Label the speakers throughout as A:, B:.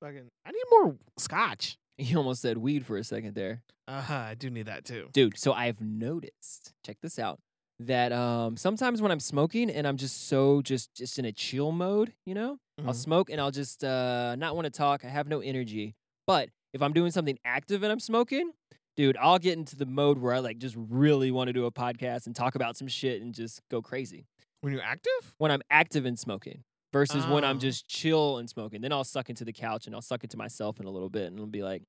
A: Fucking, I need more scotch.
B: You almost said weed for a second there.
A: Uh huh. I do need that too.
B: Dude, so I've noticed, check this out, that um sometimes when I'm smoking and I'm just so just just in a chill mode, you know? I'll
A: Mhm.
B: smoke and I'll just uh not want to talk. I have no energy. But if I'm doing something active and I'm smoking, dude, I'll get into the mode where I like just really want to do a podcast and talk about some shit and just go crazy.
A: When you're active,
B: When I'm active and smoking versus when I'm
A: Oh.
B: just chill and smoking, then I'll suck into the couch and I'll suck into myself in a little bit and it'll be like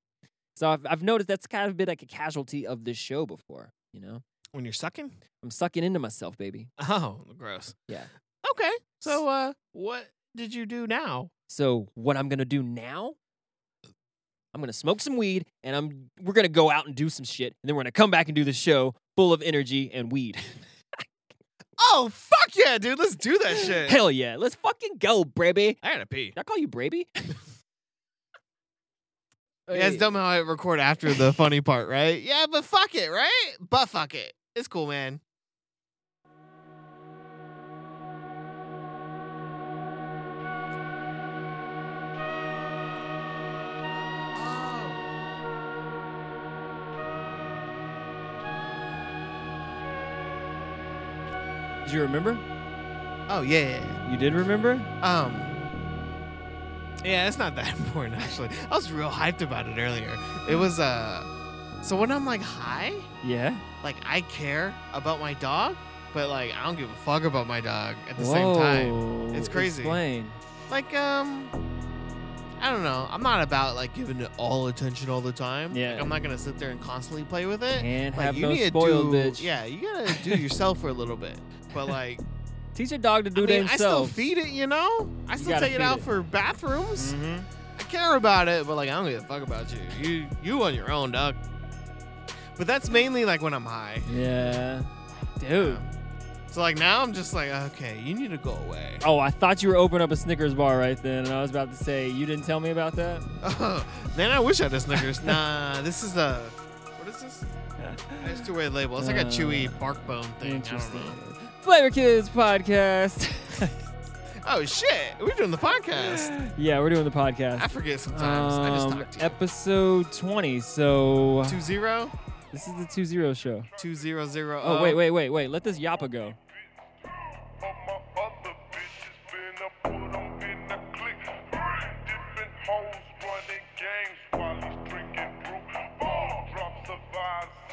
B: so I've I've noticed that's kind of been like a casualty of this show before, you know?
A: when you're sucking.
B: I'm sucking into myself, baby.
A: Oh, gross.
B: Yeah.
A: Okay. So, uh, what did you do now?
B: So what I'm gonna do now? I'm gonna smoke some weed, and I'm we're gonna go out and do some shit, and then we're gonna come back and do the show full of energy and weed.
A: Oh, fuck yeah, dude. Let's do that shit.
B: Hell yeah, let's fucking go, Braby.
A: I gotta pee.
B: Did I call you Braby?
A: Oh, Yeah, it's dumb how I record after the funny part, right? Yeah, but fuck it, right? But fuck it. It's cool, man.
B: Did you remember?
A: Oh yeah.
B: You did remember?
A: Um. Yeah, it's not that important actually. I was real hyped about it earlier. It was uh. So when I'm like high,
B: Yeah.
A: like I care about my dog, but like I don't give a fuck about my dog at the same time. It's crazy.
B: Explain.
A: Like um. I don't know. I'm not about like giving it all attention all the time. Like,
B: Yeah.
A: I'm not gonna sit there and constantly play with it.
B: And
A: Like
B: have
A: you
B: no
A: need
B: spoiled
A: to do,
B: bitch.
A: yeah, you gotta do yourself for a little bit. But like,
B: Teach your dog to do
A: I mean,
B: that
A: I still
B: himself.
A: feed it, you know. I still
B: gotta
A: take it
B: feed
A: out
B: it.
A: for bathrooms. I care about it, but like I don't give a fuck about you. You you on your own, dog. But that's mainly like when I'm high.
B: Yeah. Dude.
A: So like now I'm just like, okay, you need to go away.
B: Oh, I thought you were opening up a Snickers bar right then, and I was about to say you didn't tell me about that.
A: Man, I wish I had a Snickers. nah, this is a what is this? It's two way label. It's like a
B: Uh,
A: chewy bark bone thing. I don't
B: Interesting.
A: know.
B: Flavor Kids podcast.
A: Oh shit, we're doing the podcast.
B: yeah, we're doing the podcast.
A: I forget sometimes. I just
B: Um,
A: talk to you.
B: episode 20. So
A: two zero
B: this is the 20 show.
A: two zero zero.
B: Oh, wait, wait, wait, wait. Let this Yappa go.
C: All my other bitches been I put 'em in the clique. Three Different hoes running games while he's drinking brew. Ball drops of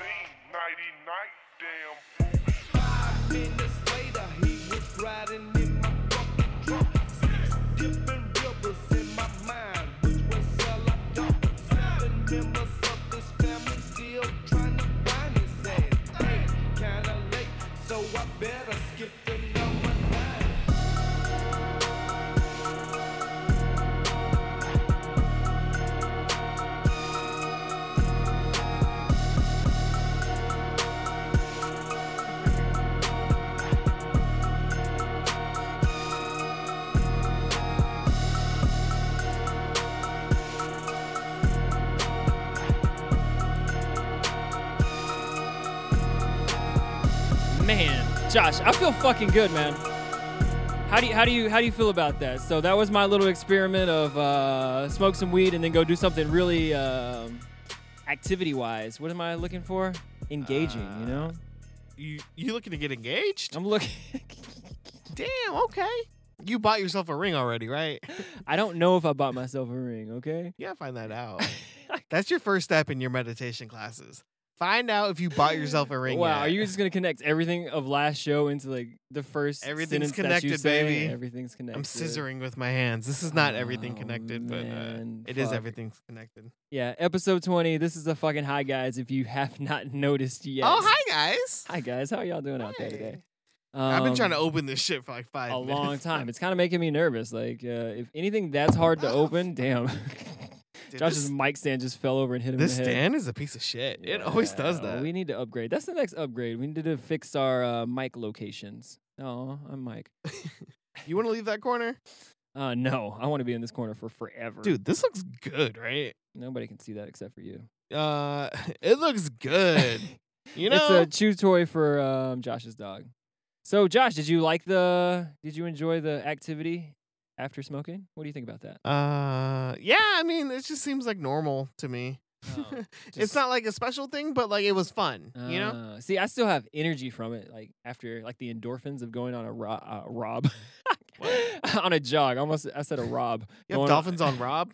C: Visine, nighty night, damn
D: Five minutes later, he was riding in my fucking truck. Six different rivers in my mind, which was all I thought. Seven members of this family still trying to find his ass. Ain't kinda late, so I better skip the number nine.
B: Man, Josh, I feel fucking good, man. How do you how do you how do you feel about that? So that was my little experiment of uh, smoke some weed and then go do something really um, activity wise. What am I looking for? Engaging, you know.
A: Uh, You you looking to get engaged?
B: I'm looking.
A: Damn. Okay. You bought yourself a ring already, right?
B: I don't know if I bought myself a ring. Okay.
A: You gotta find that out. That's your first step in your meditation classes. Find out if you bought yourself a ring.
B: wow.
A: yet.
B: Are you just gonna connect everything of last show into like the first?
A: Everything's
B: sentence that you
A: connected,
B: say?
A: baby.
B: Everything's connected.
A: I'm scissoring with my hands. This is not everything
B: Oh,
A: connected,
B: man,
A: but uh, it is
B: fuck.
A: everything's connected.
B: Yeah. Episode 20. This is a fucking hi, guys. If you have not noticed yet.
A: Oh, hi guys.
B: Hi guys. How y'all doing out there today?
A: I've been
B: Um,
A: trying to open this shit for like five
B: a
A: minutes.
B: long time. It's kind of making me nervous. Like, uh, if anything that's hard to open, damn.
A: Dude,
B: Josh's
A: this,
B: mic stand just fell over and hit him
A: this
B: in the head.
A: stand is a piece of shit. It always does
B: Yeah,
A: that.
B: We need to upgrade. That's the next upgrade. We need to fix our uh, mic locations. Oh, I'm Mike.
A: You want to leave that corner,
B: Uh, no, I want to be in this corner for forever.
A: dude? This looks good, right?
B: Nobody can see that except for you.
A: Uh, it looks good. You know,
B: it's a chew toy for um, Josh's dog. So, Josh, did you like the? Did you enjoy the activity after smoking? What do you think about that?
A: Uh, yeah. I mean, it just seems like normal to me. it's
B: Oh, Just-
A: not like a special thing, but like it was fun. you know.
B: Uh, see, I still have energy from it. Like after, like the endorphins of going on a ro- uh, rob, on a jog. I Almost, I said a rob.
A: You have
B: Going
A: dolphins on Rob.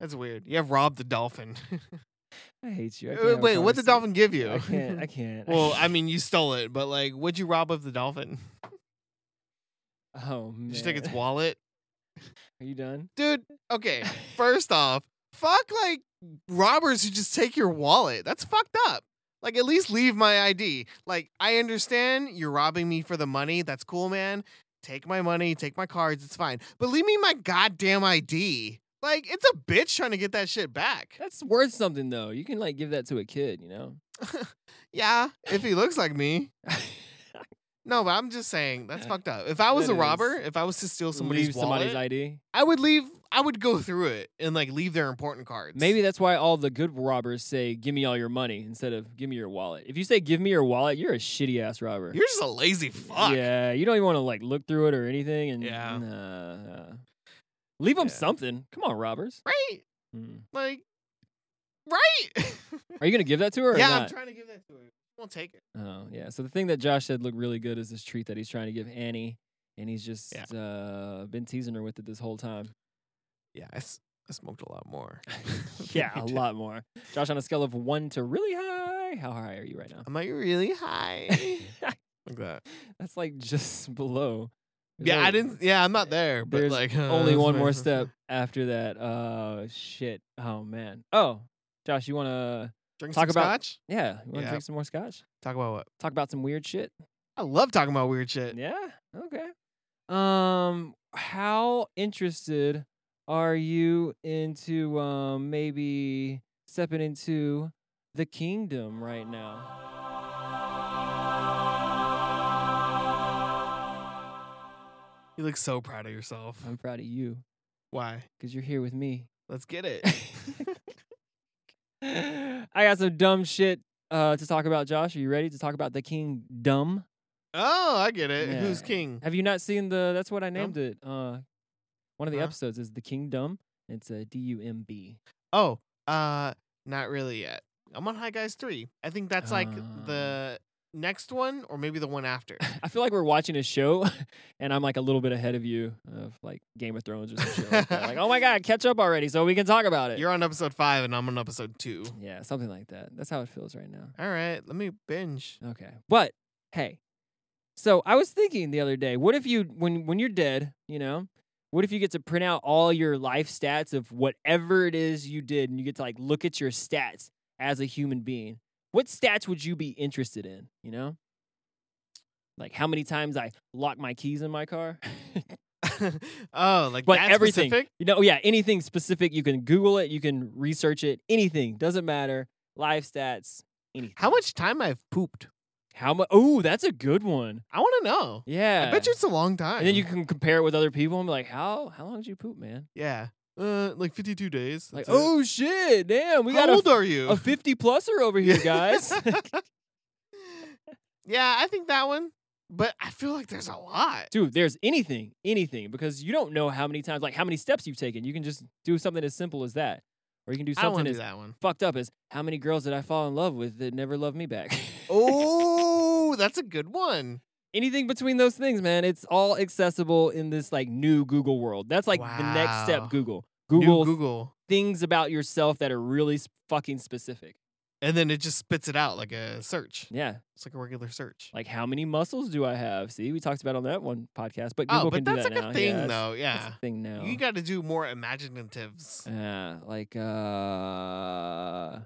A: That's weird. You have Rob the dolphin.
B: I hate you. I can't
A: Wait,
B: have
A: Uh, wait, what did the dolphin
B: conversations.
A: give you?
B: I can't. I can't.
A: well, I mean, you stole it, but like, what'd you rob of the dolphin?
B: oh man.
A: Did you take its wallet,
B: Are you done?
A: dude? Okay, first off, fuck like robbers who just take your wallet. That's fucked up. Like, at least leave my ID. Like, I understand you're robbing me for the money. That's cool, man. Take my money, take my cards. It's fine, but leave me my goddamn ID. Like, it's a bitch trying to get that shit back.
B: That's worth something though. You can like give that to a kid. You know.
A: Yeah, if he looks like me. No, but I'm just saying that's fucked up. If I was
B: It
A: a
B: is.
A: robber, if I was to steal somebody's
B: Leave
A: wallet,
B: somebody's ID.
A: I would leave. I would go through it and like leave their important cards.
B: Maybe that's why all the good robbers say "Give me all your money" instead of "Give me your wallet." If you say "Give me your wallet," you're a shitty ass robber.
A: you're just a lazy fuck.
B: Yeah, you don't even want to like look through it or anything. And
A: Yeah.
B: nah, nah. leave them
A: Yeah. Hmm.
B: something. Come on, robbers.
A: Right?
B: Mm.
A: Like, right?
B: Are you gonna give that to her? Or
A: yeah, I'm
B: not?
A: trying to give that to her. Won't take it.
B: oh, yeah. So the thing that Josh said looked really good is this treat that he's trying to give Annie, and he's just
A: Yeah.
B: uh, been teasing her with it this whole time.
A: Yeah, I, s- I smoked a lot more.
B: yeah,
A: You
B: a
A: did.
B: lot more. Josh, on a scale of one to really high, how high are you right now?
A: Am I really high? like that.
B: That's like just below. There's
A: Yeah, I
B: only-
A: didn't. Yeah, I'm not there. But
B: There's
A: like,
B: Only one more step after that. Uh, shit. Oh man. Oh, Josh, you wanna?
A: Drink
B: Talk
A: some
B: about-
A: scotch.
B: Yeah, you wanna
A: Yeah.
B: drink some more scotch?
A: Talk about what?
B: Talk about some weird shit.
A: I love talking about weird shit.
B: Yeah. Okay. Um, how interested are you into um maybe stepping into the kingdom right now?
A: You look so proud of yourself.
B: I'm proud of you
A: Why?
B: because you're here with me.
A: Let's get it.
B: I got some dumb shit uh to talk about. Josh, are you ready to talk about the kingdom?
A: oh, I get it. Who's
B: Yeah.
A: king?
B: Have you not seen the? That's what I named it. Uh, one of the
A: Huh?
B: episodes is the kingdom. It's a D U M B.
A: Oh, uh, not really yet. I'm on High Guys three. I think that's like
B: Ah.
A: the next one, or maybe the one after.
B: I feel like we're watching a show, and I'm like a little bit ahead of you of like Game of Thrones or some shit like that. Like, oh my god, catch up already, so we can talk about it.
A: You're on episode five, and I'm on episode two.
B: yeah, something like that. That's how it feels right now.
A: All right, let me binge.
B: Okay, but hey, so I was thinking the other day, what if you when when you're dead, you know, what if you get to print out all your life stats of whatever it is you did, and you get to like look at your stats as a human being? What stats would you be interested in? You know, like how many times I lock my keys in my car.
A: oh, like
B: but
A: that
B: everything
A: specific?
B: you know yeah anything specific you can google it you can research it anything doesn't matter live stats anything
A: How much time I've pooped?
B: how much oh that's a good one
A: I want to know.
B: yeah
A: I bet you it's a long time.
B: and then you can compare it with other people and be like how how long did you poop man
A: yeah, uh, like 52 days.
B: like
A: that's it.
B: oh shit damn we Oh.
A: how
B: got a,
A: old are you?
B: a 50 pluser over here guys
A: yeah, I think that one. But I feel like there's a lot.
B: dude there's anything anything because you don't know how many times like how many steps you've taken you can just do something as simple as that or you can do
A: I don't
B: something
A: want to
B: as
A: do that one.
B: fucked up as how many girls did i fall in love with that never loved me back
A: Oh, that's a good one.
B: anything between those things, man, it's all accessible in this like new Google world. That's like the next
A: Wow.
B: step, Google.
A: New
B: Google
A: Google,
B: things about yourself that are really s- fucking specific.
A: and then it just spits it out like a search.
B: Yeah,
A: It's like a regular search.
B: like how many muscles do I have? See, we talked about it on that one podcast, but Google
A: oh, but
B: can
A: that's
B: do
A: like
B: that now.
A: a
B: Yeah,
A: thing,
B: that's-
A: though.
B: that's
A: Yeah,
B: the thing now.
A: you got to do more imaginatives.
B: yeah, like uh,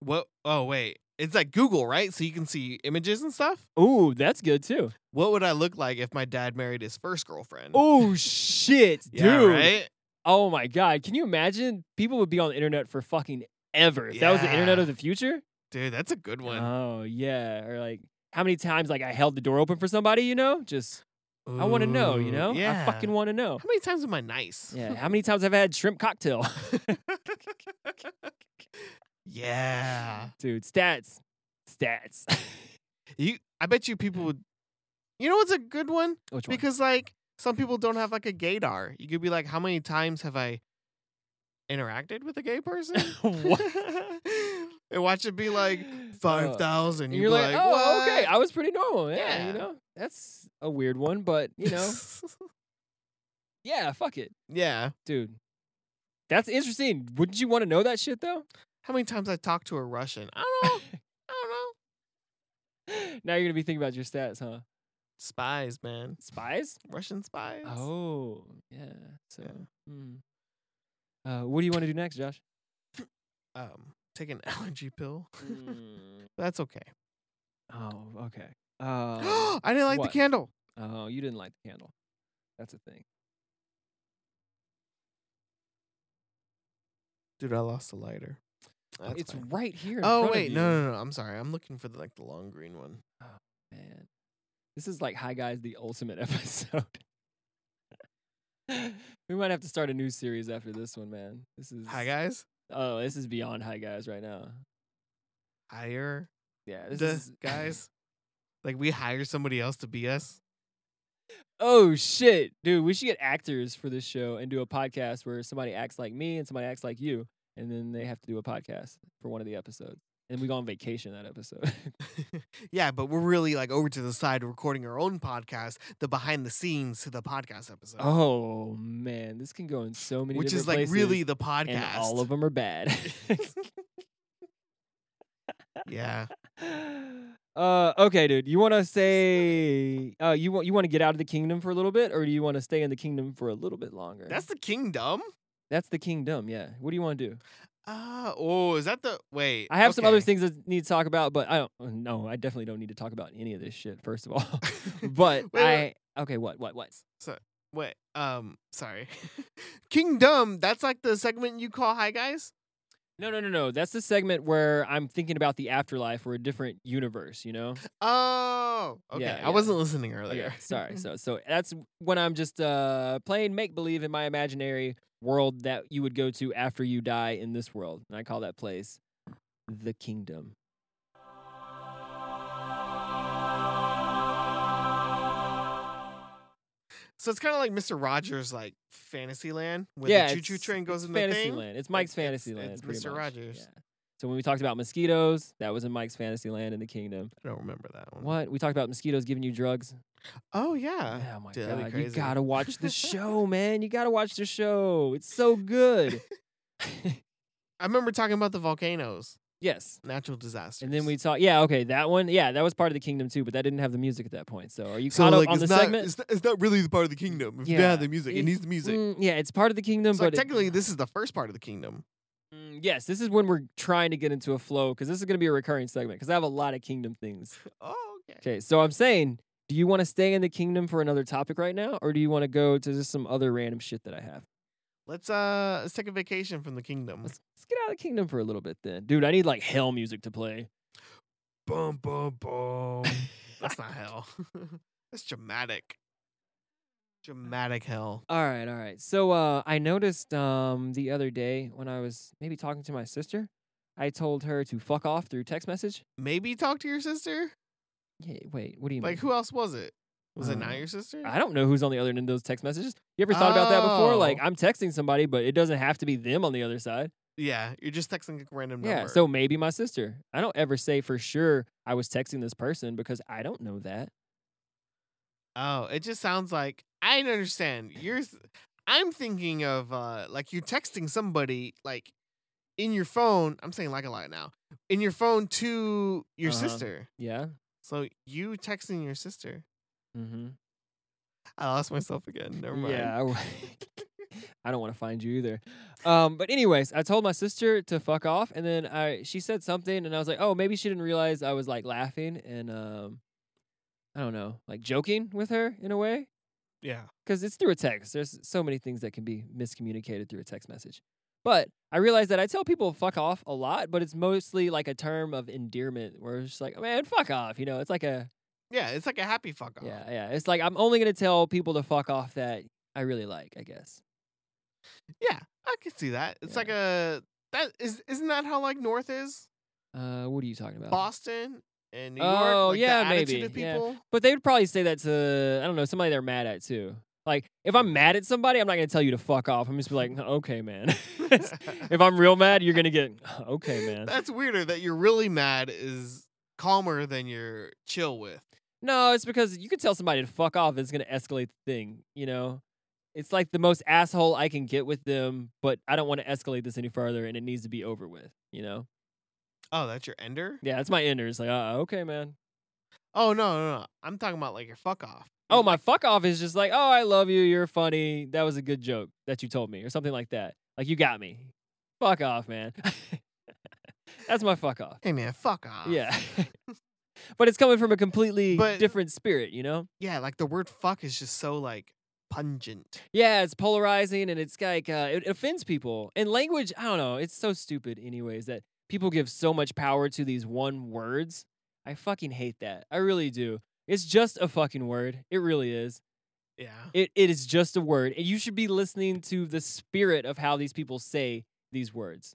A: What? Oh, wait. It's like Google, right? So you can see images and stuff.
B: ooh, that's good too.
A: What would I look like if my dad married his first girlfriend?
B: Oh shit, dude!
A: yeah, right.
B: Oh my god, can you imagine? People would be on the internet for fucking ever. If that was the internet
A: Yeah.
B: of the future.
A: Dude, that's a good one.
B: Oh yeah, or like how many times like I held the door open for somebody, you know? Just I want to know, you
A: Ooh,
B: know?
A: Yeah.
B: I fucking want to know.
A: How many times am I nice?
B: Yeah, how many times have I had shrimp cocktail?
A: Yeah.
B: Dude, stats. Stats.
A: You I bet you people would You know what's a good one?
B: Which one?
A: Because like Some people don't have like a gaydar. You could be like, how many times have I interacted with a gay person?
B: What? Uh,
A: and watch it be like five thousand.
B: And you're like, oh, okay,
A: "What?"
B: I was pretty normal. Yeah,
A: Yeah.
B: you know, that's a weird one, but you know, yeah, fuck it,
A: yeah.
B: dude. That's interesting. Wouldn't you want to know that shit though?
A: How many times I talked to a Russian? I don't know. I don't know.
B: now you're gonna be thinking about your stats, huh?
A: Spies, man.
B: Spies?
A: Russian spies.
B: Oh, yeah. So, hmm. uh, what do you want to do next, Josh?
A: Um, take an allergy pill.
B: Mm.
A: That's okay.
B: oh, okay. Uh,
A: I didn't like
B: what?
A: the candle.
B: oh, you didn't like the candle. That's a thing.
A: Dude, I lost the lighter. That's
B: it's
A: fine.
B: right here. in
A: Uh, Oh
B: front of
A: wait,
B: you.
A: no, no, no. I'm sorry. I'm looking for the, like the long green one.
B: Man. This is like Hi Guys, the ultimate episode. we might have to start a new series after this one, man. This is
A: Hi guys.
B: Oh, this is beyond Hi Guys right now.
A: Hire
B: Yeah, this
A: the
B: is
A: guys. like we hire somebody else to be us.
B: Oh shit, dude! We should get actors for this show and do a podcast where somebody acts like me and somebody acts like you, and then they have to do a podcast for one of the episodes, and we go on vacation that episode.
A: yeah, but we're really like over to the side recording our own podcast, the behind the scenes to the podcast episode.
B: oh man, this can go in so many
A: which is
B: different
A: like
B: places,
A: really the podcast.
B: and all of them are bad.
A: yeah.
B: uh, okay, dude. You want to say uh, you want you want to get out of the kingdom for a little bit, or do you want to stay in the kingdom for a little bit longer?
A: That's the kingdom.
B: that's the kingdom. Yeah. What do you want to do?
A: Uh, oh, is that the wait?
B: I have some other
A: okay.
B: things that need to talk about, but I don't. uh, No, I definitely don't need to talk about any of this shit. First of all, but
A: Wait, wait,
B: I okay. What? What? What?
A: Wait, um, sorry. Kingdom, that's like the segment you call Hi Guys?
B: No, no, no, no. That's the segment where I'm thinking about the afterlife or a different universe. You know.
A: Oh, okay.
B: Yeah, yeah.
A: I wasn't listening
B: Okay,
A: earlier.
B: sorry. So, so that's when I'm just uh playing make believe in my imaginary world that you would go to after you die in this world, and I call that place the kingdom.
A: So it's kind of like Mr. Rogers, like Fantasyland, where
B: yeah,
A: the choo-choo
B: it's-
A: train goes
B: it's
A: in the thing.
B: Fantasyland. It's Mike's
A: It's- it's-
B: Fantasyland.
A: it's
B: pretty
A: Mr.
B: much,
A: Rogers.
B: yeah. So when we talked about mosquitoes, that was in Mike's Fantasyland in the kingdom.
A: I don't remember that one.
B: What we talked about mosquitoes giving you drugs.
A: Oh yeah.
B: oh my
A: dude, that'd be
B: god, you
A: crazy.
B: gotta watch the show, man. You gotta watch the show. It's so good.
A: I remember talking about the volcanoes,
B: yes.
A: natural disasters.
B: And then we talked. Yeah, okay, that one. Yeah, that was part of the kingdom too, but that didn't have the music at that point. So are you
A: so
B: caught
A: like
B: up on
A: it's
B: the
A: not
B: segment?
A: It's, not, it's not really the part of the kingdom. If yeah.
B: Yeah.
A: the music,
B: It-
A: it needs the music.
B: Mm, yeah, it's part of the kingdom,
A: so
B: but it-
A: technically, this is the first part of the kingdom.
B: Mm, yes, this is when we're trying to get into a flow because this is going to be a recurring segment because I have a lot of kingdom things.
A: Oh,
B: Okay, so I'm saying, do you want to stay in the kingdom for another topic right now, or do you want to go to just some other random shit that I have?
A: Mm. Let's uh, let's take a vacation from the kingdom.
B: Let's, let's get out of the kingdom for a little bit then, dude. I need like hell music to play.
A: Bum bum bum. That's not hell. That's
B: Uh.
A: dramatic. Dramatic hell.
B: All right, all right. So uh, I noticed um, the other day when I was maybe talking to my sister, I told her to fuck off through text message.
A: Maybe talk to your sister.
B: Yeah, wait, what do you mean?
A: Like who else was it? Was it
B: Uh,
A: not your sister?
B: I don't know who's on the other end of those text messages. You ever thought about that before? Like
A: Oh.
B: I'm texting somebody, but it doesn't have to be them on the other side.
A: Yeah, you're just texting a random number.
B: Yeah. So maybe my sister. I don't ever say for sure I was texting this person because I don't know that.
A: Oh, it just sounds like I don't understand. You're th- I'm thinking of uh like you're texting somebody like in your phone. I'm saying like a lot now. In your phone to your
B: Uh-huh.
A: sister.
B: Yeah.
A: So you texting your sister.
B: Mm-hmm.
A: I lost myself again. Never mind.
B: Yeah. I- I don't want to find you either. Um, but anyways, I told my sister to fuck off, and then I she said something, and I was like, oh, maybe she didn't realize I was like laughing and um, I don't know, like joking with her in a way.
A: Yeah.
B: because it's through a text. There's so many things that can be miscommunicated through a text message. But I realize that I tell people fuck off a lot, but it's mostly like a term of endearment where it's just like, man, fuck off. You know, it's like a,
A: Yeah, it's like a happy fuck off.
B: yeah, yeah. It's like, I'm only going to tell people to fuck off that I really like, I guess.
A: Yeah, I can see that. It's
B: Yeah.
A: like a that is isn't that how like North is
B: Uh, what are you talking about?
A: Boston and New York.
B: Oh,
A: like,
B: yeah,
A: the attitude
B: maybe,
A: Of
B: yeah.
A: people.
B: But they would probably say that to, I don't know, somebody they're mad at too. Like if I'm mad at somebody, I'm not gonna tell you to fuck off. I'm just be like, okay, man. if I'm real mad, you're gonna get okay, man.
A: That's weirder that you're really mad is calmer than you're chill with.
B: No, it's because you can tell somebody to fuck off. It's gonna escalate the thing. You know, it's like the most asshole I can get with them, but I don't want to escalate this any further, and it needs to be over with. You know?
A: Oh, that's your ender?
B: Yeah, that's my ender. It's like, uh, okay, man.
A: Oh no, no, no. I'm talking about like your fuck off.
B: Oh, my fuck off is just like, oh, I love you. You're funny. That was a good joke that you told me, or something like that. Like you got me. Fuck off, man. that's my fuck off.
A: Hey man, fuck off.
B: Yeah. but it's coming from a completely
A: Ah. But-
B: different spirit, you know?
A: Yeah, like the word fuck is just so like pungent.
B: Yeah, it's polarizing and it's like uh, it offends people. And language, I don't know, it's so stupid anyways that people give so much power to these one words. I fucking hate that. I really do. It's just a fucking word. It really is.
A: Yeah.
B: It it is just a word. And you should be listening to the spirit of how these people say these words.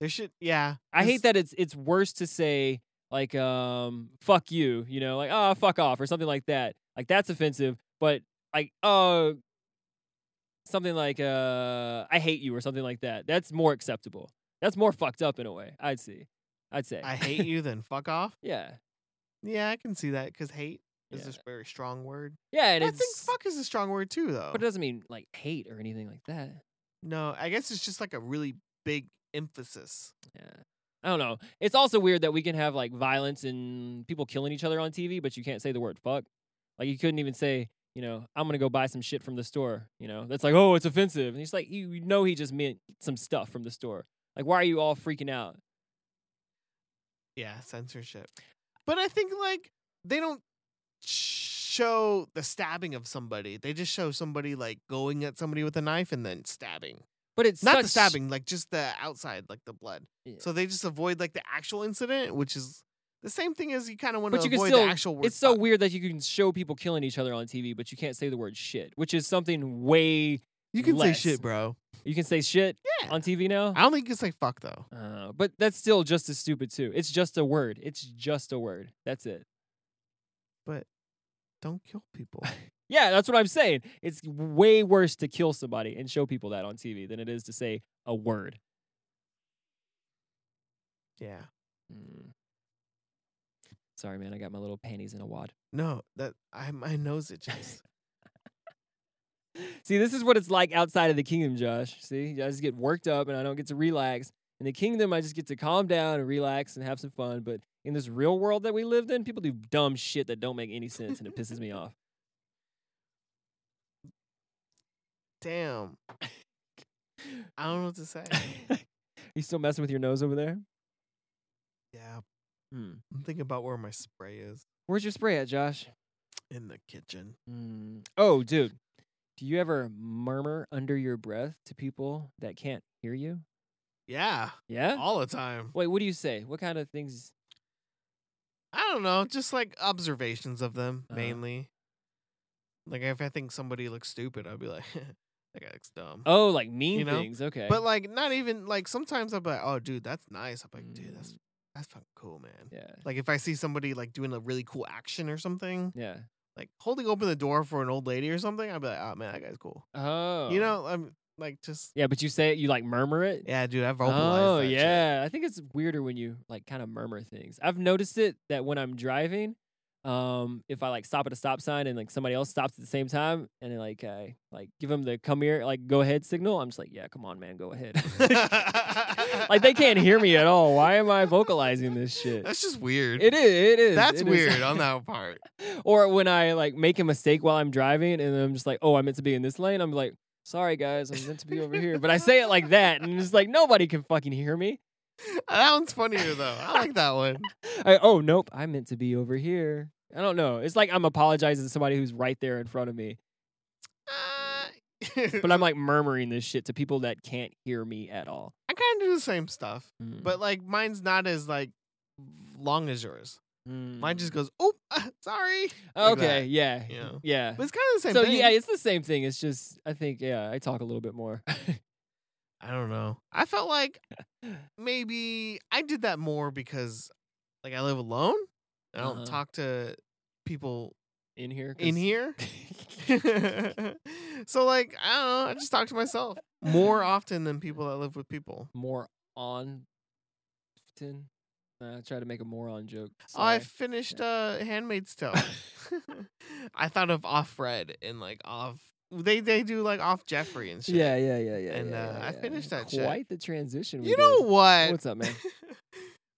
A: There should yeah.
B: I
A: this-
B: hate that it's it's worse to say like um fuck you, you know, like oh fuck off or something like that. Like that's offensive, but like oh something like uh I hate you or something like that. That's more acceptable. That's more fucked up in a way. I'd see. I'd say.
A: I hate you then fuck off.
B: yeah.
A: Yeah, I can see that cuz hate is
B: Yeah.
A: a very strong word.
B: Yeah, and
A: I
B: it's
A: think fuck is a strong word too though.
B: but it doesn't mean like hate or anything like that.
A: no, I guess it's just like a really big emphasis.
B: Yeah. I don't know. It's also weird that we can have like violence and people killing each other on TV, but you can't say the word fuck. Like you couldn't even say, you know, I'm gonna go buy some shit from the store. You know, that's like, oh, it's offensive. And he's like, you you know, he just meant some stuff from the store. Like, why are you all freaking out?
A: Yeah, censorship. But I think like they don't show the stabbing of somebody. They just show somebody like going at somebody with a knife and then stabbing.
B: But it's
A: Not
B: such,
A: the stabbing, like just the outside, like the blood.
B: Yeah.
A: So they just avoid like the actual incident, which is the same thing as you kind of want to
B: But you can
A: avoid
B: still-
A: the actual word.
B: It's so
A: fuck.
B: weird that you can show people killing each other on TV, but you can't say the word shit, which is something way
A: You can
B: less.
A: say shit, bro.
B: you can say shit
A: Yeah.
B: on TV now.
A: I don't think you can say fuck though.
B: Uh, but that's still just as stupid too. It's just a word. It's just a word. That's it.
A: But don't kill people.
B: Yeah, that's what I'm saying. It's way worse to kill somebody and show people that on TV than it is to say a word.
A: yeah.
B: Mm. Sorry, man. I got my little panties in a wad.
A: No, that I my nose itches.
B: See, this is what it's like outside of the kingdom, Josh. See, I just get worked up and I don't get to relax. In the kingdom, I just get to calm down and relax and have some fun. But in this real world that we lived in, people do dumb shit that don't make any sense and it pisses me off.
A: Damn. I don't know what to say.
B: you still messing with your nose over there?
A: yeah.
B: Hmm.
A: I'm thinking about where my spray is
B: Where's your spray at, Josh?
A: in the kitchen.
B: Mm. Oh, dude. Do you ever murmur under your breath to people that can't hear you?
A: Yeah,
B: Yeah?
A: all the time.
B: Wait, what do you say? What kind of things?
A: I don't know, just like observations of them
B: Uh-huh.
A: mainly. Like if I think somebody looks stupid, I'll be like, that guy looks dumb.
B: Oh, like mean
A: You know?
B: things. Okay.
A: But like not even like sometimes I'll be like, oh dude, that's nice. I'm like, dude, that's
B: Mm.
A: that's fucking cool, man.
B: yeah.
A: Like if I see somebody like doing a really cool action or something,
B: Yeah.
A: like holding open the door for an old lady or something, I'll be like, oh man, that guy's cool.
B: Oh.
A: You know, I'm like just
B: Yeah, but you say it, you like murmur it?
A: yeah, dude, I've vocalized.
B: Oh,
A: that shit.
B: yeah. I think it's weirder when you like kind of murmur things. I've noticed it that when I'm driving, um, if I like stop at a stop sign and like somebody else stops at the same time and then, like I like give them the come here like go ahead signal, I'm just like, yeah, come on, man, go ahead. like they can't hear me at all. Why am I vocalizing this shit?
A: That's just weird.
B: It is. It is.
A: That's
B: it is.
A: weird on that part.
B: or when I like make a mistake while I'm driving and I'm just like, oh, I meant to be in this lane. I'm like, sorry guys, I'm meant to be over here. But I say it like that, and it's like nobody can fucking hear me.
A: That one's funnier though. I like that one.
B: I, oh nope, I meant to be over here. I don't know. It's like I'm apologizing to somebody who's right there in front of me,
A: Uh,
B: but I'm like murmuring this shit to people that can't hear me at all.
A: I kind of do the same stuff,
B: Mm.
A: but like mine's not as like long as yours. Mine
B: Mm.
A: just goes, "Oh, uh, sorry." like that,
B: okay, yeah,
A: you know?
B: yeah.
A: But it's kind of the same
B: So
A: thing.
B: yeah, it's the same thing. It's just I think yeah, I talk a little bit more.
A: I don't know. I felt like maybe I did that more because like I live alone. I don't
B: Uh-huh.
A: talk to people
B: in here. 'cause-
A: in here. so like I don't know. I just talk to myself more often than people that live with people.
B: more on. Ten. Nah, I tried to make a moron joke.
A: Oh, I
B: sorry.
A: finished uh Handmaid's Tale. I thought of Off Red and like off. They they do like off Jeffrey and shit.
B: Yeah, yeah, yeah, yeah.
A: And,
B: yeah,
A: uh,
B: yeah,
A: I
B: yeah.
A: finished that
B: Quite
A: shit.
B: the transition. We
A: You know
B: did.
A: what?
B: What's up, man?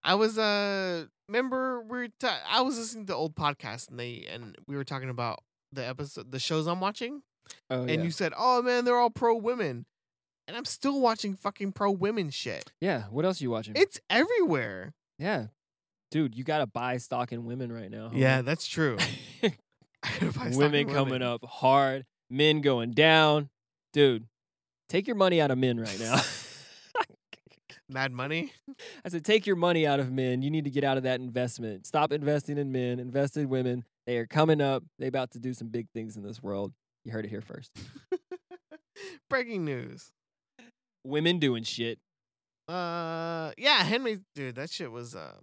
A: I was uh remember we were ta- I was listening to old podcast and they and we were talking about the episode the shows I'm watching
B: Oh,
A: and
B: yeah.
A: you said oh man they're all pro women and I'm still watching fucking pro women shit
B: yeah. What else you watching?
A: it's everywhere
B: yeah, dude, you gotta buy stock in women right now. homie.
A: yeah that's true I gotta buy stock in
B: women coming up hard, men going down. Dude, take your money out of men right now.
A: Mad Money
B: I said, take your money out of men. You need to get out of that investment. Stop investing in men. Invest in women. They are coming up. They about to do some big things in this world. You heard it here first.
A: breaking news
B: Women doing shit.
A: uh yeah Henry dude that shit was uh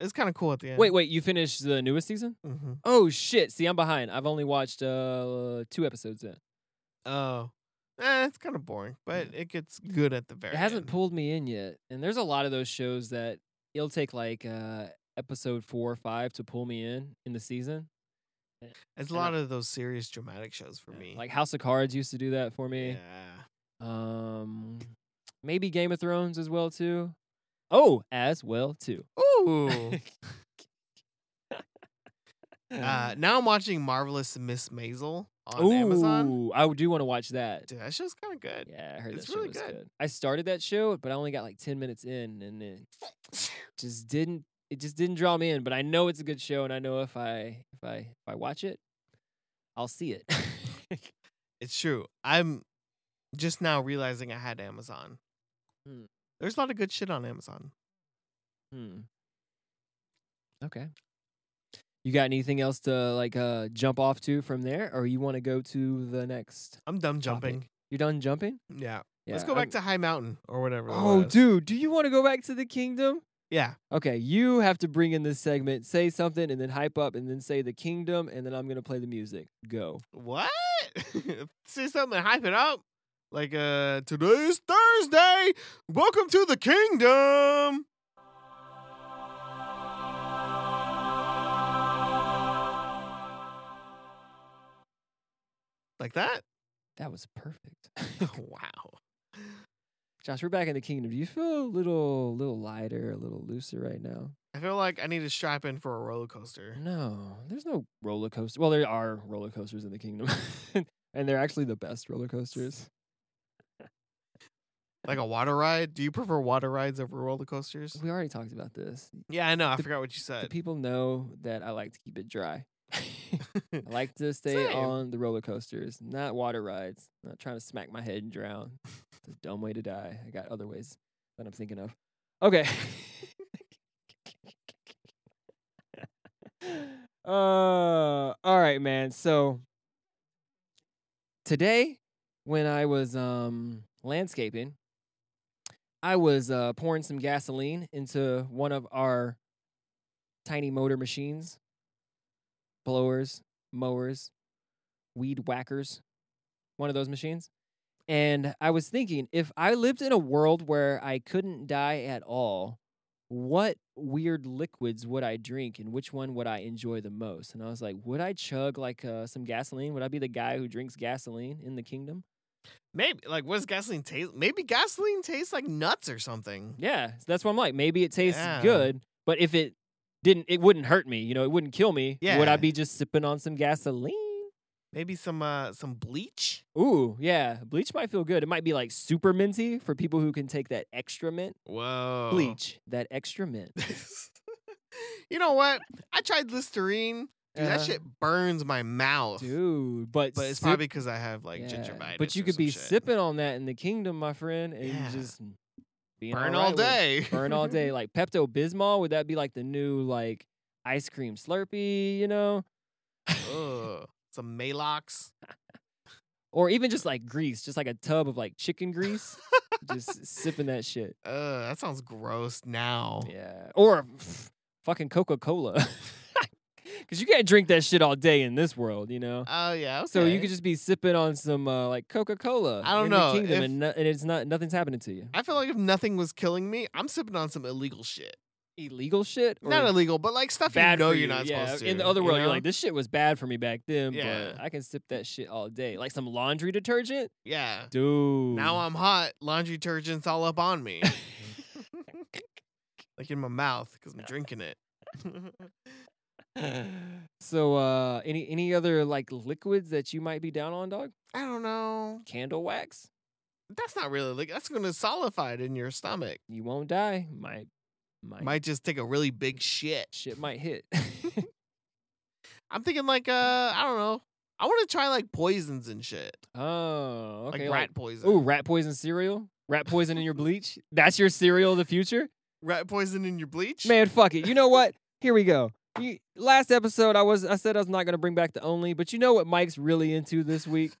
A: it's kind of cool at the end
B: Wait, wait. You finished the newest season?
A: hmm
B: Oh shit! See, I'm behind. I've only watched uh two episodes in.
A: oh eh, it's kind of boring but it gets good at the very
B: It hasn't
A: end.
B: pulled me in yet. And there's a lot of those shows that it'll take like uh episode four or five to pull me in in the season.
A: It's a
B: And
A: lot
B: I-
A: of those serious dramatic shows for
B: Yeah,
A: me.
B: Like House of Cards used to do that for me.
A: yeah.
B: Um, maybe Game of Thrones as well too. Oh, as well too.
A: Ooh. uh, now I'm watching Marvelous Miss Maisel on
B: Ooh,
A: Amazon.
B: I do want to watch that.
A: Dude, that show's kind of good.
B: Yeah, I heard
A: It's
B: that
A: really
B: show was
A: good.
B: good. I started that show, but I only got like ten minutes in, and it just didn't. It just didn't draw me in. But I know it's a good show, and I know if I if I if I watch it, I'll see it.
A: It's true. I'm just now realizing I had Amazon.
B: Hmm.
A: There's a lot of good shit on Amazon.
B: hmm. Okay. You got anything else to like uh jump off to from there, or you want to go to the next?
A: I'm dumb jumping.
B: You're done jumping?
A: Yeah. Let's
B: Yeah,
A: go back
B: I'm-
A: to High Mountain or whatever. it
B: Oh,
A: was.
B: dude, do you want to go back to the kingdom?
A: Yeah.
B: Okay, you have to bring in this segment, say something, and then hype up, and then say the kingdom, and then I'm gonna play the music. Go.
A: What? Say something and hype it up. Like uh today's Thursday. Welcome to the kingdom. Like that?
B: That was perfect.
A: wow.
B: Josh, we're back in the kingdom. Do you feel a little, little lighter, a little looser right now?
A: I feel like I need to strap in for a roller coaster.
B: No, there's no roller coaster. Well, there are roller coasters in the kingdom, and they're actually the best roller coasters.
A: Like a water ride? Do you prefer water rides over roller coasters?
B: We already talked about this.
A: Yeah, I know. I
B: The-
A: forgot what you
B: The
A: said.
B: people know that I like to keep it dry. I like to stay
A: Same.
B: on the roller coasters, not water rides. Not trying to smack my head and drown. It's a dumb way to die. I got other ways that I'm thinking of. Okay. uh, all right, man. So today, when I was um landscaping, I was uh, pouring some gasoline into one of our tiny motor machines, blowers, mowers, weed whackers, one of those machines. And I was thinking, if I lived in a world where I couldn't die at all, what weird liquids would I drink and which one would I enjoy the most? And I was like, would I chug like uh, some gasoline? Would I be the guy who drinks gasoline in the kingdom?
A: Maybe like what does gasoline taste? Maybe gasoline tastes like nuts or something.
B: Yeah, so that's what I'm like. Maybe it tastes
A: Yeah.
B: good, but if it didn't, it wouldn't hurt me. You know, it wouldn't kill me. Would
A: Yeah.
B: I be just sipping on some gasoline?
A: Maybe some uh some bleach.
B: Ooh, yeah. Bleach might feel good. It might be like super minty for people who can take that extra mint.
A: Whoa.
B: Bleach, that extra mint.
A: you know what? I tried Listerine. Dude, that
B: Uh,
A: shit burns my mouth.
B: Dude, but
A: But it's
B: sip-
A: probably because I have like
B: yeah,
A: gingivitis.
B: But you
A: or
B: could
A: some
B: be
A: shit.
B: sipping on that in the kingdom, my friend, and
A: Yeah.
B: just being
A: burn
B: alright
A: all
B: with it.
A: day.
B: burn all day. Like Pepto Bismol, would that be like the new like ice cream Slurpee? You know,
A: Ugh. Some Malox.
B: or even just like grease, just like a tub of like chicken grease, just sipping that shit.
A: Ugh, that sounds gross now.
B: Yeah, or fucking Coca Cola. because you can't drink that shit all day in this world, you know.
A: Oh yeah.
B: So you
A: okay.
B: could just be sipping on some uh, like Coca Cola.
A: I don't
B: in
A: know,
B: The kingdom
A: if-
B: and, no- and it's not nothing's happening to you.
A: I feel like if nothing was killing me, I'm sipping on some illegal shit.
B: Illegal shit. or
A: Not illegal, but like stuff
B: Bad
A: you know
B: for
A: you're
B: you.
A: not
B: yeah.
A: supposed to.
B: In the other
A: you
B: world, you're
A: know?
B: like, this shit was bad for me back then,
A: Yeah.
B: but I can sip that shit all day. Like some laundry detergent,
A: yeah.
B: dude.
A: Now I'm hot. Laundry detergent's all up on me. like in my mouth because I'm drinking it.
B: so uh, any any other like liquids that you might be down on, dog?
A: I don't know.
B: Candle wax.
A: That's not really like that's gonna solidify it in your stomach.
B: You won't die. Might might,
A: Might just take a really big shit.
B: shit might hit.
A: I'm thinking
B: Hmm.
A: like uh I don't know. I want to try like poisons and shit,
B: oh, okay.
A: like
B: like-
A: rat poison.
B: Ooh, rat poison cereal? Rat poison in your bleach? That's your cereal of the future?
A: rat poison in your bleach.
B: Man, fuck it. You know what? Here we go. You, last episode I was I said I was not gonna bring back the only, but you know what Mike's really into this week?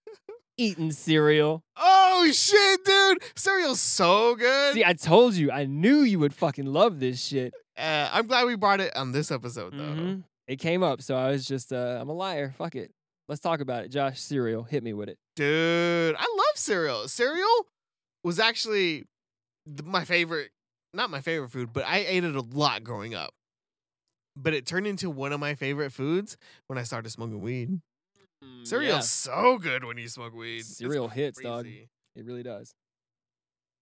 B: Eating cereal.
A: Oh shit, dude, cereal's so good.
B: See, I told you, I knew you would fucking love this shit.
A: uh, I'm glad we brought it on this episode though.
B: Mhm. It came up, so I was just uh, I'm a liar. Fuck it. Let's talk about it. Josh, cereal. Hit me with it.
A: Dude, I love cereal. Cereal was actually th- my favorite, not my favorite food, but I ate it a lot growing up. But it turned into one of my favorite foods when I started smoking weed. Cereal's
B: Mm, Yeah.
A: so good when you smoke weed. It's
B: Cereal hits, dog.
A: crazy.
B: It really does.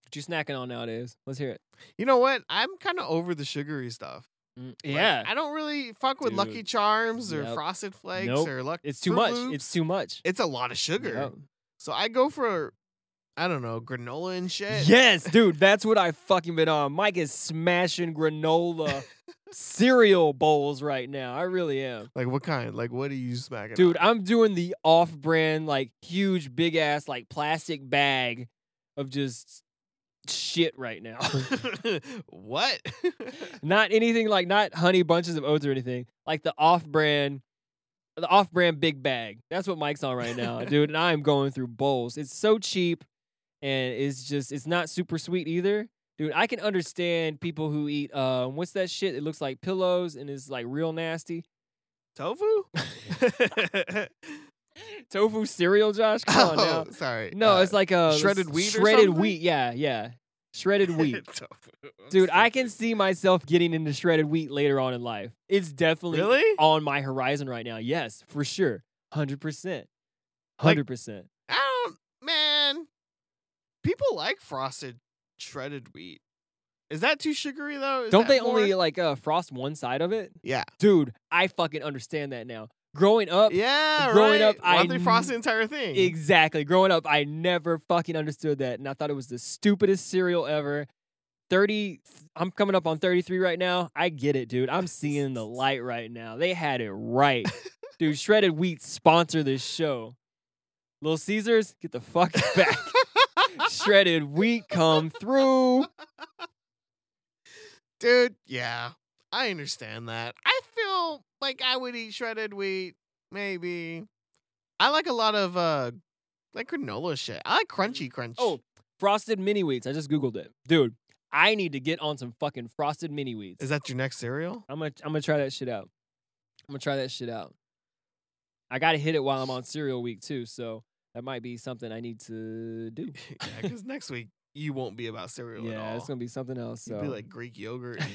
B: What you snacking on nowadays? Let's hear it.
A: You know what? I'm kind of over the sugary stuff.
B: Mm,
A: Like, I don't really fuck with Lucky
B: Dude.
A: Charms or
B: Yep.
A: Frosted Flakes
B: Nope.
A: or Lucky.
B: it's too much. It's too much.
A: it's a lot of sugar.
B: Yep.
A: So I go for, I don't know, granola and shit.
B: Yes, dude, that's what I fucking been on. Mike is smashing granola cereal bowls right now. I really am.
A: Like what kind? Like what are you smacking? on?
B: Dude, I'm doing the off brand, like huge, big ass, like plastic bag of just shit right now.
A: what?
B: not anything like, not honey bunches of oats or anything. Like the off brand, the off brand big bag. That's what Mike's on right now, dude. And I'm going through bowls. It's so cheap and it's just, it's not super sweet either. Dude, I can understand people who eat, um, what's that shit? It looks like pillows and it's like real nasty.
A: Tofu?
B: Tofu cereal, Josh? Come on now.
A: Oh, sorry.
B: No,
A: Uh,
B: it's like a
A: shredded wheat or
B: Shredded
A: something?
B: wheat, yeah, yeah. Shredded wheat.
A: Tofu. I'm
B: Dude, I can
A: stupid.
B: see myself getting into shredded wheat later on in life. It's definitely
A: Really?
B: on my horizon right now. Yes, for sure. 100%. 100%.
A: I don't, man. People like frosted shredded wheat. Is that too sugary though? Is
B: Don't
A: that
B: they only
A: more-
B: like uh, frost one side of it?
A: Yeah.
B: Dude, I fucking understand that now. Growing up,
A: Yeah,
B: growing
A: right?
B: up,
A: Why
B: I
A: don't they frost
B: kn-
A: the entire thing?
B: exactly. Growing up, I never fucking understood that. And I thought it was the stupidest cereal ever. 30, I'm coming up on 33 right now. I get it, dude. I'm seeing the light right now. They had it right. dude, Shredded Wheat sponsor this show. Little Caesars, get the fuck back. Shredded Wheat come through.
A: Dude, yeah. I understand that. I feel like I would eat shredded wheat, maybe. I like a lot of uh like granola shit. I like crunchy crunch.
B: Oh, Frosted Mini Wheats. I just Googled it. Dude, I need to get on some fucking Frosted Mini Wheats.
A: is that your next cereal?
B: I'm gonna I'm gonna try that shit out. I'm gonna try that shit out. I gotta hit it while I'm on cereal week too, so that might be something I need to do.
A: yeah, because next week you won't be about cereal at all.
B: yeah, it's gonna be something else. So
A: You'll be like Greek yogurt and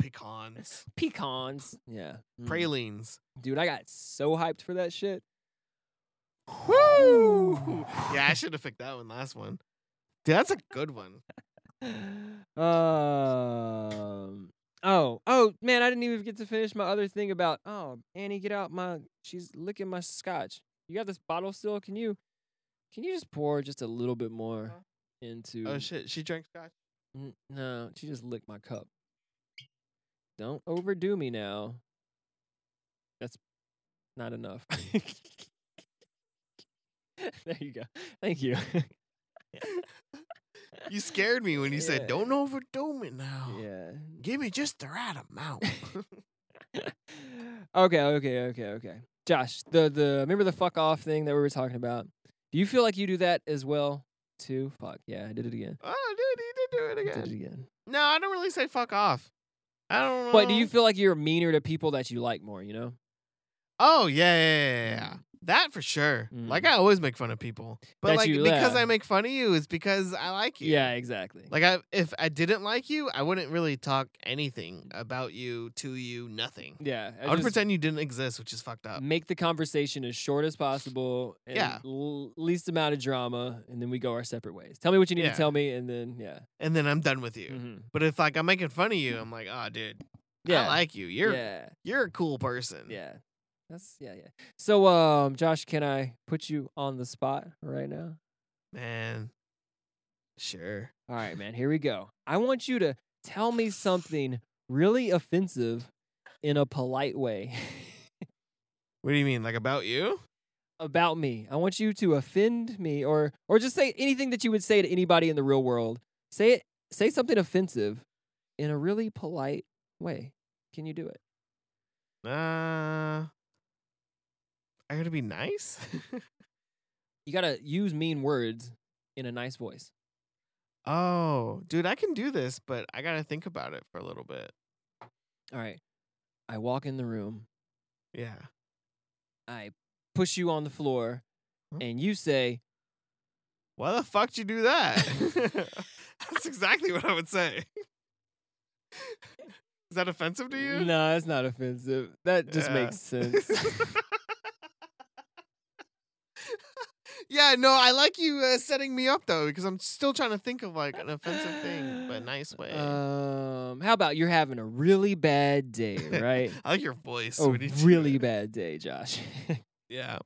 A: pecans,
B: pecans. Yeah, Mm.
A: pralines.
B: dude, I got so hyped for that shit.
A: Woo! Yeah, I should have picked that one last one. Dude, that's a good one.
B: Um. Oh, oh man, I didn't even get to finish my other thing about. Oh, Annie, get out my. She's licking my scotch. You got this bottle still? Can you, can you just pour just a little bit more into?
A: Oh shit, she drank scotch.
B: N- No, she just licked my cup. Don't overdo me now. That's not enough. there you go. Thank you.
A: You scared me when you
B: Yeah.
A: said, "Don't overdo it now."
B: yeah.
A: Give me just the right amount.
B: okay, okay, okay, okay. Josh, the the remember the fuck off thing that we were talking about. Do you feel like you do that as well too? Fuck yeah, I did it again.
A: oh, dude, he did do it
B: I
A: again.
B: did it again.
A: No, I don't really say fuck off. I don't know.
B: But do you feel like you're meaner to people that you like more? You know,
A: Oh yeah, yeah, yeah, yeah, yeah. That for sure.
B: Mm.
A: Like I always make fun of people, but
B: That
A: like
B: you-
A: because
B: yeah.
A: I make fun of you is because I like you.
B: yeah, exactly.
A: Like I, if I didn't like you, I wouldn't really talk anything about you to you. Nothing.
B: yeah, I
A: I would
B: just Mm.
A: pretend you didn't exist, which is fucked up.
B: make the conversation as short as possible. And
A: Yeah.
B: l- least amount of drama, and then we go our separate ways. Tell me what you need
A: Yeah.
B: to tell me, and then yeah,
A: And then I'm done with you.
B: Mhm.
A: But if like I'm making fun of you, I'm like, oh, dude,
B: Mm. yeah,
A: I like you. You're
B: yeah,
A: you're a cool person.
B: yeah. That's yeah, yeah. So, um, Josh, can I put you on the spot right now?
A: man. Sure.
B: All right, man, here we go. I want you to tell me something really offensive in a polite way
A: What do you mean, like about you?
B: about me. I want you to offend me or or just say anything that you would say to anybody in the real world. Say it say something offensive in a really polite way. Can you do it?
A: Uh, I gotta be nice.
B: You got to use mean words in a nice voice.
A: oh, dude, I can do this, but I gotta think about it for a little bit.
B: All right. I walk in the room.
A: Yeah.
B: I push you on the floor
A: Huh?
B: and you say,
A: Why the fuck did you do that? That's exactly what I would say. Is that offensive to you?
B: No, that's not offensive. That just
A: Yeah.
B: makes sense.
A: yeah, no, I like you uh, setting me up though, because I'm still trying to think of like an offensive thing, but
B: Uh,
A: nice way.
B: Um, how about you're having a really bad day, right?
A: I like your voice.
B: a
A: when you do
B: really
A: it.
B: bad day, Josh.
A: Yeah.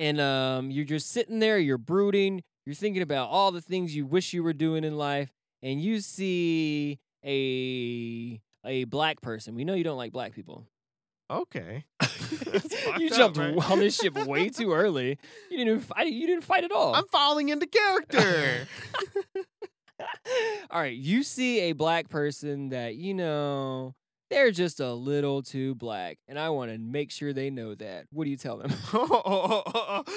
B: and um, you're just sitting there, you're brooding, you're thinking about all the things you wish you were doing in life, and you see a a black person. We know you don't like black people.
A: Okay.
B: you jumped on this ship way too early. You didn't even fight. You didn't fight at all.
A: I'm falling into character.
B: All right, you see a black person that you know they're just a little too black, and I want to make sure they know that. What do you tell them?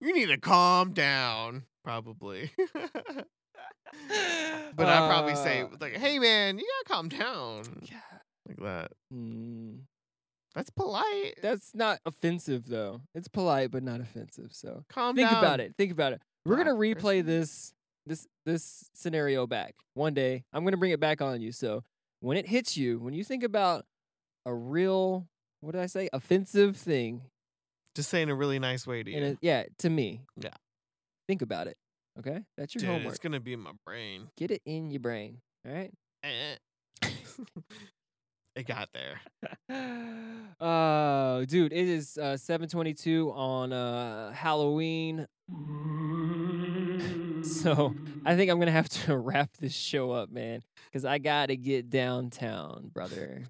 A: you need to calm down, probably. but I'd probably say
B: Uh,
A: like, "Hey, man, you gotta calm down."
B: Yeah.
A: Like that.
B: Mm,
A: That's polite.
B: that's not offensive though. It's polite but not offensive. So
A: calm
B: think
A: down.
B: about it. Think about it. We're gonna
A: Black
B: replay
A: person.
B: this this this scenario back one day. I'm gonna bring it back on you. So when it hits you, when you think about a real what did I say offensive thing
A: Just say in a really nice way to you.
B: And it, yeah, to me.
A: Yeah.
B: Think about it. Okay? That's your
A: Dude,
B: homework.
A: it's gonna be in my brain.
B: Get it in your brain. All right.
A: Eh. it got there.
B: Uh dude, it is uh 722 on uh Halloween. So I think I'm gonna have to wrap this show up, man. Cause I gotta get downtown, brother.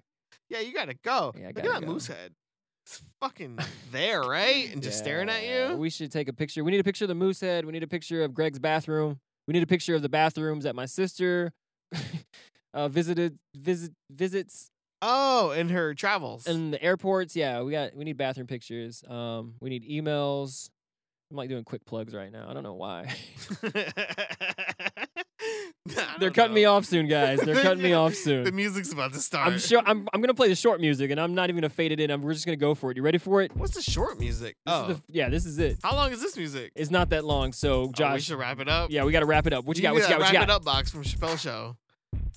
A: Yeah, you gotta go.
B: Yeah, I
A: Look
B: gotta
A: at that
B: go.
A: moose head. It's fucking there, right? And just staring at
B: Yeah,
A: you.
B: We should take a picture. We need a picture of the moose head. We need a picture of Greg's bathroom. We need a picture of the bathrooms that my sister uh, visited visit visits
A: Oh, and her travels.
B: and the airports. Yeah, we got we need bathroom pictures. Um, we need emails. I'm like doing quick plugs right now. I don't know why. They're cutting me off soon, guys. They're cutting me off
A: The
B: soon.
A: music's about to start.
B: I'm sure I'm I'm gonna play the short music, and I'm not even gonna fade it in. I'm, we're just gonna go for it. You ready for it? This
A: What's the short music?
B: is
A: Oh,
B: the f- yeah, this is it.
A: how long is this music?
B: It's not that long, so
A: Oh, we
B: Josh.
A: should wrap it up.
B: yeah, we gotta wrap it up. What you got?
A: can
B: What
A: do
B: you
A: that
B: got? What you
A: wrap
B: got?
A: it up box from Chappelle Show.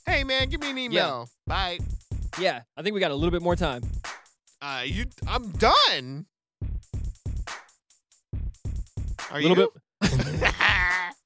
A: Hey man, give me an email. Bye.
B: Yeah, I think we got a little bit more time.
A: Uh, you, I'm done. Are
B: a little
A: you? Bit.